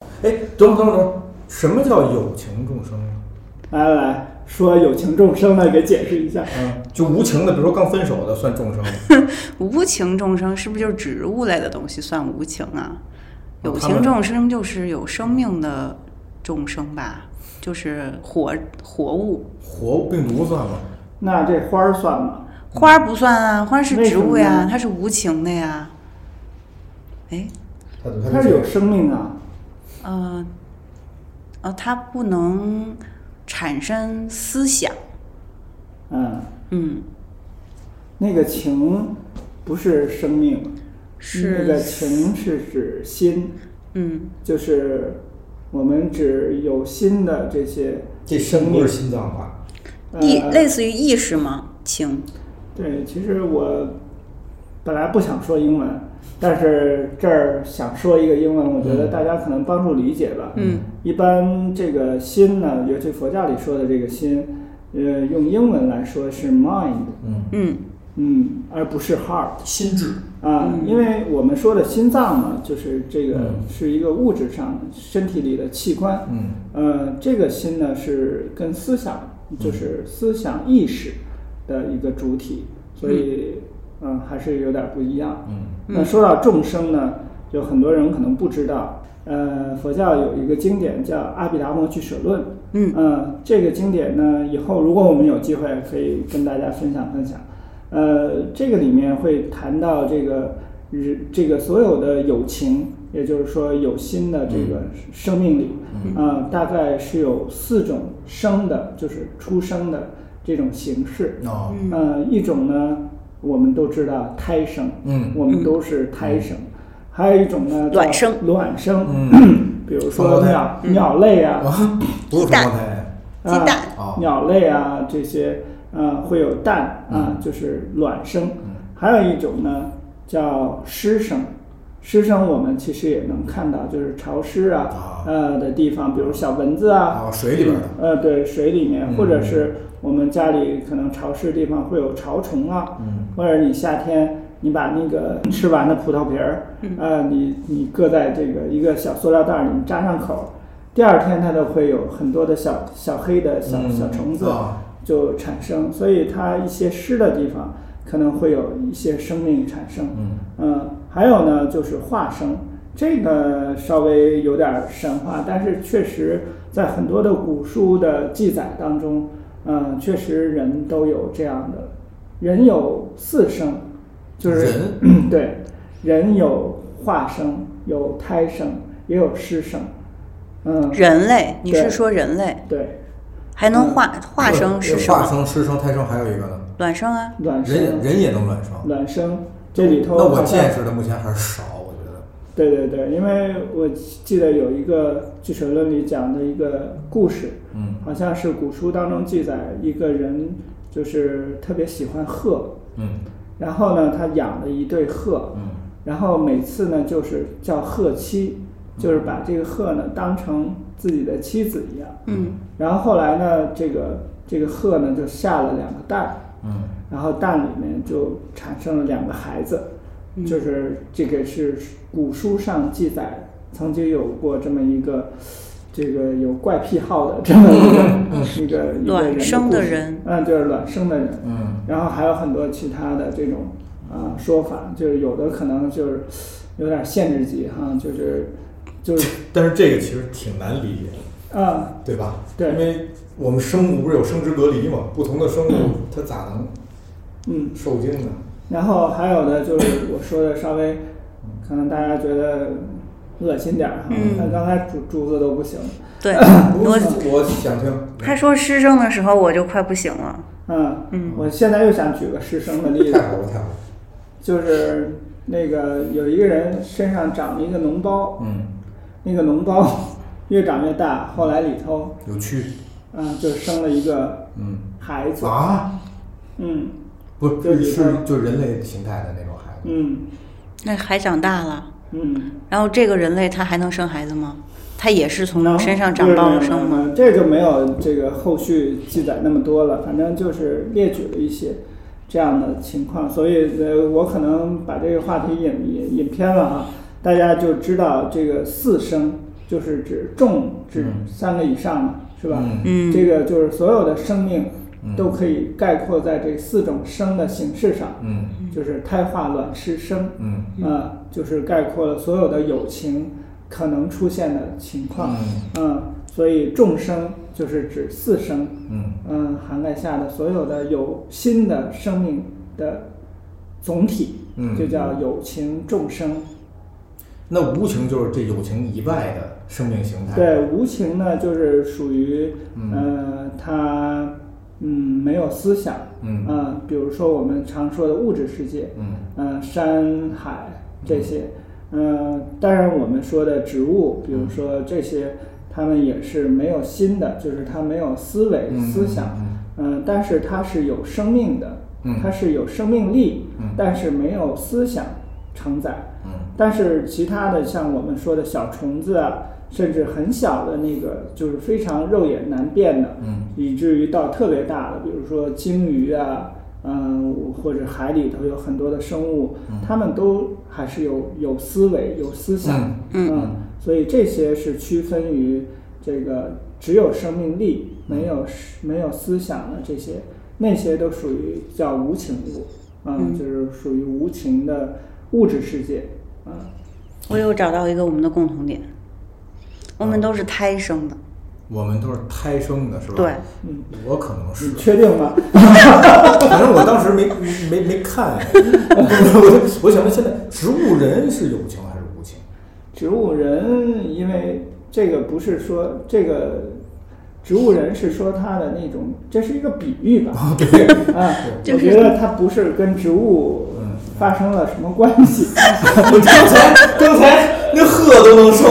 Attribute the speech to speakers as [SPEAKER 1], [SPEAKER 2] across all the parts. [SPEAKER 1] 哎，等会儿等会儿等会儿，什么叫有情众生呢？
[SPEAKER 2] 来来来说有情众生的给解释一下。
[SPEAKER 1] 嗯，就无情的，比如说刚分手的算众生吗？
[SPEAKER 3] 无情众生是不是就是植物类的东西算无情啊？
[SPEAKER 2] 哦
[SPEAKER 3] 有
[SPEAKER 1] 他
[SPEAKER 3] 情
[SPEAKER 1] 们
[SPEAKER 3] 众生就是有生命的众生吧，就是活活物。
[SPEAKER 1] 活病毒算吗？
[SPEAKER 2] 那这花儿算吗？
[SPEAKER 3] 花儿不算啊，花儿是
[SPEAKER 2] 嗯为
[SPEAKER 3] 植
[SPEAKER 2] 什么
[SPEAKER 3] 物呀
[SPEAKER 2] 呢，
[SPEAKER 3] 它是无情的呀。哎，
[SPEAKER 1] 它
[SPEAKER 2] 它是有生命啊，
[SPEAKER 3] 呃，呃，它不能产生思想。
[SPEAKER 2] 嗯，
[SPEAKER 3] 嗯，
[SPEAKER 2] 那个情不是生命，那个
[SPEAKER 3] 是，
[SPEAKER 2] 情是指心，
[SPEAKER 3] 嗯，
[SPEAKER 2] 就是我们指有心的这些
[SPEAKER 1] 这
[SPEAKER 2] 生
[SPEAKER 1] 肾
[SPEAKER 2] 命
[SPEAKER 1] 不是心脏吧？
[SPEAKER 2] 呃
[SPEAKER 3] 意类似于意识吗？情，
[SPEAKER 2] 对，其实我本来不想说英文，但是这儿想说一个英文，我觉
[SPEAKER 1] 嗯
[SPEAKER 2] 得大家可能帮助理解吧。
[SPEAKER 3] 嗯，
[SPEAKER 2] 一般这个心呢，尤其佛教里说的这个心，呃，用英文来说是 mind，
[SPEAKER 1] 嗯，
[SPEAKER 3] 嗯
[SPEAKER 2] 嗯，而不是 heart。
[SPEAKER 1] 心智。
[SPEAKER 2] 啊，因为我们说的心脏呢，就是这个
[SPEAKER 1] 嗯
[SPEAKER 2] 是一个物质上的身体里的器官，
[SPEAKER 1] 嗯，
[SPEAKER 2] 呃，这个心呢是跟思想，就是思想意识的一个主体，所以嗯、还是有点不一样。
[SPEAKER 1] 嗯，
[SPEAKER 2] 那说到众生呢，有很多人可能不知道，呃，佛教有一个经典叫《阿毗达摩俱舍论》，
[SPEAKER 3] 嗯
[SPEAKER 2] 呃，这个经典呢，以后如果我们有机会可以跟大家分享分享。呃，这个里面会谈到这个人这个所有的友情，也就是说有心的这个生命里，
[SPEAKER 1] 嗯
[SPEAKER 2] 啊、大概是有四种生的，就是出生的这种形式。
[SPEAKER 1] 哦，
[SPEAKER 2] 呃，一种呢，我们都知道胎生，
[SPEAKER 1] 嗯
[SPEAKER 2] 我们都是胎生；还有一种呢，叫
[SPEAKER 3] 卵生嗯
[SPEAKER 2] 卵生， 比如
[SPEAKER 1] 双胞
[SPEAKER 2] 说
[SPEAKER 1] 嗯胎
[SPEAKER 2] 鸟、鸟类啊，
[SPEAKER 1] 啊， 不是双胞胎。
[SPEAKER 3] 鸡蛋
[SPEAKER 2] 啊
[SPEAKER 1] 哦
[SPEAKER 2] 鸟类啊这些，呃，会有蛋
[SPEAKER 1] 嗯
[SPEAKER 2] 啊，就是卵生；还有一种呢叫湿生，湿生我们其实也能看到，就是潮湿啊
[SPEAKER 1] 啊
[SPEAKER 2] 呃的地方，比如小蚊子啊，
[SPEAKER 1] 哦水里边的
[SPEAKER 2] 呃，对，水里面，
[SPEAKER 1] 嗯
[SPEAKER 2] 或者是我们家里可能潮湿的地方会有潮虫啊，
[SPEAKER 1] 嗯
[SPEAKER 2] 或者你夏天。你把那个吃完的葡萄皮儿，呃，你你搁在这个一个小塑料袋儿里，你扎上口儿，第二天它都会有很多的小小黑的小
[SPEAKER 1] 嗯
[SPEAKER 2] 小虫子
[SPEAKER 1] 啊
[SPEAKER 2] 就产生，所以它一些湿的地方可能会有一些生命产生。
[SPEAKER 1] 嗯
[SPEAKER 2] 嗯，还有呢就是化生，这个稍微有点神话，但是确实在很多的古书的记载当中，嗯，确实人都有这样的，人有四生，就是
[SPEAKER 1] 人
[SPEAKER 2] 对，人有化生，有胎生，也有湿生，嗯，
[SPEAKER 3] 人类，你
[SPEAKER 2] 对
[SPEAKER 3] 是说人类
[SPEAKER 2] 对，
[SPEAKER 3] 还
[SPEAKER 2] 嗯
[SPEAKER 3] 能化化生是什
[SPEAKER 1] 呃化
[SPEAKER 3] 么？
[SPEAKER 1] 生、师生、胎生，还有一个呢，
[SPEAKER 3] 卵生啊，
[SPEAKER 2] 卵
[SPEAKER 1] 人也
[SPEAKER 2] 生，
[SPEAKER 1] 人也能卵生。
[SPEAKER 2] 卵生这里头
[SPEAKER 1] 那我
[SPEAKER 2] 好像
[SPEAKER 1] 见识的目前还是少，我觉得。
[SPEAKER 2] 对对对，因为我记得有一个《俱舍论》里讲的一个故事，
[SPEAKER 1] 嗯，
[SPEAKER 2] 好像是古书当中记载，一个人就是特别喜欢鹤，
[SPEAKER 1] 嗯
[SPEAKER 2] 然后呢，他养了一对鹤，
[SPEAKER 1] 嗯
[SPEAKER 2] 然后每次呢就是叫鹤妻，就是把这个鹤呢当成自己的妻子一样，
[SPEAKER 3] 嗯，
[SPEAKER 2] 然后后来呢，这个这个鹤呢就下了两个蛋，
[SPEAKER 1] 嗯
[SPEAKER 2] 然后蛋里面就产生了两个孩子，就是这个是古书上记载曾经有过这么一个这个有怪癖好的这么一 个一个一个人
[SPEAKER 3] 嗯卵生的
[SPEAKER 2] 故事
[SPEAKER 3] 人
[SPEAKER 2] 嗯，就是卵生的人，
[SPEAKER 1] 嗯
[SPEAKER 2] 然后还有很多其他的这种啊、说法，就是有的可能就是有点限制级哈、就是就是
[SPEAKER 1] 呃但是这个其实挺难理解的。
[SPEAKER 2] 啊、
[SPEAKER 1] 对吧？
[SPEAKER 2] 对
[SPEAKER 1] 因为我们生物不是有生殖隔离嘛，不同的生物它咋能
[SPEAKER 2] 嗯。
[SPEAKER 1] 受精呢？
[SPEAKER 2] 然后还有的就是我说的稍微，可能大家觉得恶心点儿哈，但刚才主珠子都不行，
[SPEAKER 3] 对，
[SPEAKER 2] 啊
[SPEAKER 1] 我
[SPEAKER 3] 我
[SPEAKER 1] 我想听，
[SPEAKER 3] 他说师生的时候，我就快不行了。
[SPEAKER 2] 嗯，我现在又想举个师生的例子
[SPEAKER 1] 哎太，好了太好了，
[SPEAKER 2] 就是那个有一个人身上长了一个脓包，
[SPEAKER 1] 嗯，
[SPEAKER 2] 那个脓包越长越大，后来里头，
[SPEAKER 1] 有趣，
[SPEAKER 2] 嗯，就生了一个
[SPEAKER 1] 嗯
[SPEAKER 2] 孩子，
[SPEAKER 1] 啊，
[SPEAKER 2] 嗯
[SPEAKER 1] 不
[SPEAKER 2] 就是是
[SPEAKER 1] 是就人类形态的那种孩子，
[SPEAKER 2] 嗯
[SPEAKER 3] 那还长大了，
[SPEAKER 2] 嗯，
[SPEAKER 3] 然后这个人类他还能生孩子吗？他也是
[SPEAKER 2] 然
[SPEAKER 3] 从
[SPEAKER 2] 后
[SPEAKER 3] 身上长包了生吗？
[SPEAKER 2] 嗯这就没有这个后续记载那么多了，反正就是列举了一些这样的情况，所以呃，我可能把这个话题引引引偏了啊，大家就知道这个四生就是指众指
[SPEAKER 1] 嗯
[SPEAKER 2] 三个以上嘛，是吧？
[SPEAKER 1] 嗯
[SPEAKER 3] 嗯
[SPEAKER 2] 这个就是所有的生命
[SPEAKER 1] 嗯
[SPEAKER 2] 都可以概括在这四种生的形式上，
[SPEAKER 1] 嗯
[SPEAKER 2] 就是胎化卵湿生，
[SPEAKER 1] 嗯
[SPEAKER 2] 啊、就是概括了所有的友情可能出现的情况，嗯，所以众生就是指四生，
[SPEAKER 1] 嗯
[SPEAKER 2] 嗯，涵盖下的所有的有新的生命的总体，
[SPEAKER 1] 嗯
[SPEAKER 2] 就叫有情众生。
[SPEAKER 1] 那无情就是这友情以外的生命形态。
[SPEAKER 2] 对，无情呢，就是属于，
[SPEAKER 1] 嗯
[SPEAKER 2] 呃，它，嗯，没有思想，
[SPEAKER 1] 嗯
[SPEAKER 2] 呃比如说我们常说的物质世界，
[SPEAKER 1] 嗯
[SPEAKER 2] 嗯，山海这些，嗯，当然我们说的植物，比如
[SPEAKER 1] 嗯
[SPEAKER 2] 说这些，它们也是没有心的，就是它没有思维、
[SPEAKER 1] 嗯
[SPEAKER 2] 思想，嗯，但是它是有生命的
[SPEAKER 1] 嗯，
[SPEAKER 2] 它是有生命力
[SPEAKER 1] 嗯，
[SPEAKER 2] 但是没有思想承载。
[SPEAKER 1] 嗯
[SPEAKER 2] 但是其他的像我们说的小虫子啊，甚至很小的那个，就是非常肉眼难辨的，
[SPEAKER 1] 嗯
[SPEAKER 2] 以至于到特别大的，比如说鲸鱼啊，嗯、或者海里头有很多的生物，它们都还是有有思维、有思想，
[SPEAKER 3] 嗯
[SPEAKER 2] 所以这些是区分于这个只有生命力没有没有思想的这些，那些都属于叫无情物，嗯，
[SPEAKER 3] 嗯
[SPEAKER 2] 就是属于无情的物质世界，嗯。
[SPEAKER 3] 我又找到一个我们的共同点，我
[SPEAKER 2] 嗯
[SPEAKER 3] 们都是胎生的，
[SPEAKER 1] 我们都是胎生的，是吧？
[SPEAKER 3] 对，
[SPEAKER 2] 嗯，
[SPEAKER 1] 我可能是
[SPEAKER 2] 你，确定吗？
[SPEAKER 1] 反正我当时没没没看， 我就我想问，现在植物人是有情还是无情？
[SPEAKER 2] 植物人，因为这个不是说这个植物人是说他的那种，这是一个比喻吧？啊，
[SPEAKER 3] 对
[SPEAKER 2] 我觉得它不是跟植物
[SPEAKER 1] 嗯
[SPEAKER 2] 发生了什么关系，
[SPEAKER 1] 刚才刚才那鹤都能生，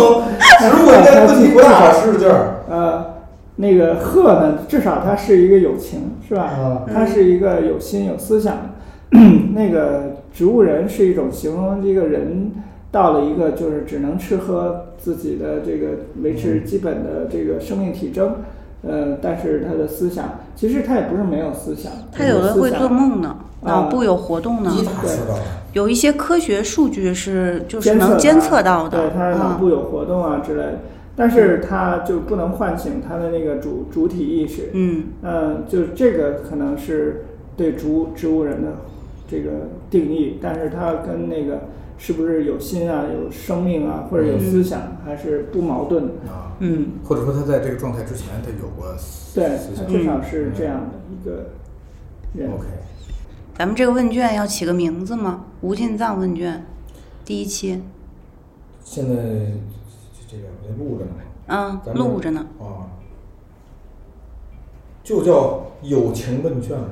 [SPEAKER 1] 植物应该问题不大，是不是？
[SPEAKER 2] 呃。那个鹤呢，至少它是一个有情，是吧
[SPEAKER 1] 啊？
[SPEAKER 3] 嗯
[SPEAKER 2] 它是一个有心有思想的。 那个植物人是一种形容这个人到了一个就是只能吃喝自己的这个维持基本的这个生命体征，呃，但是他的思想其实他也不是没有思想，
[SPEAKER 3] 它有的
[SPEAKER 2] 思
[SPEAKER 3] 会
[SPEAKER 2] 想
[SPEAKER 3] 做，梦呢，
[SPEAKER 2] 啊
[SPEAKER 3] 脑部有活动呢，
[SPEAKER 1] 一大知道，
[SPEAKER 3] 有一些科学数据是就是
[SPEAKER 2] 监测
[SPEAKER 3] 能
[SPEAKER 2] 的
[SPEAKER 3] 监测到
[SPEAKER 2] 对
[SPEAKER 3] 的，
[SPEAKER 2] 他脑
[SPEAKER 3] 嗯
[SPEAKER 2] 部有活动啊之类的，但是他就不能唤醒他的那个主主体意识，
[SPEAKER 3] 嗯
[SPEAKER 2] 嗯，就这个可能是对植物植物人的这个定义，但是它跟那个是不是有心啊、有生命啊，或者有思想，还是不矛盾的。
[SPEAKER 1] 啊，
[SPEAKER 3] 嗯，
[SPEAKER 1] 或者说他在这个状态之前，他有过思
[SPEAKER 2] 对，
[SPEAKER 1] 思
[SPEAKER 2] 它
[SPEAKER 1] 想。
[SPEAKER 2] 至少是这样的一个人。
[SPEAKER 1] OK，
[SPEAKER 3] 咱们这个问卷要起个名字吗？无尽藏问卷，第一期，
[SPEAKER 1] 现在这个我在录着呢，
[SPEAKER 3] 嗯，
[SPEAKER 1] 咱们
[SPEAKER 3] 录着呢。
[SPEAKER 1] 啊，就叫友情问卷吧。